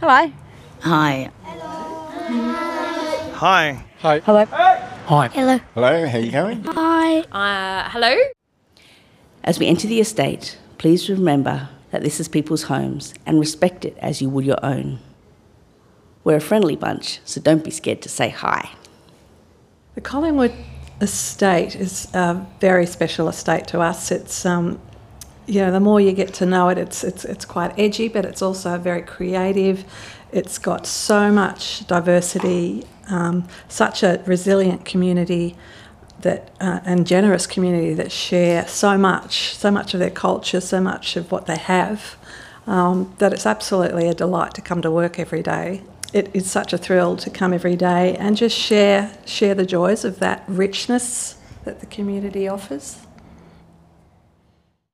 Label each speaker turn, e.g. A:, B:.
A: Hello.
B: Hi.
C: Hi.
A: Hello.
D: Hello, how you going?
E: Uh, hello?
C: As we enter the estate, please remember that this is people's homes and respect it as you would your own. We're a friendly bunch, so don't be scared to say hi.
F: The Collingwood estate is a very special estate to us. It's, um, you know, the more you get to know it, it's, it's, it's quite edgy, but it's also very creative. It's got so much diversity, um, such a resilient community that, uh, and generous community that share so much, so much of their culture, so much of what they have, um, that it's absolutely a delight to come to work every day it is such a thrill to come every day and just share share the joys of that richness that the community offers.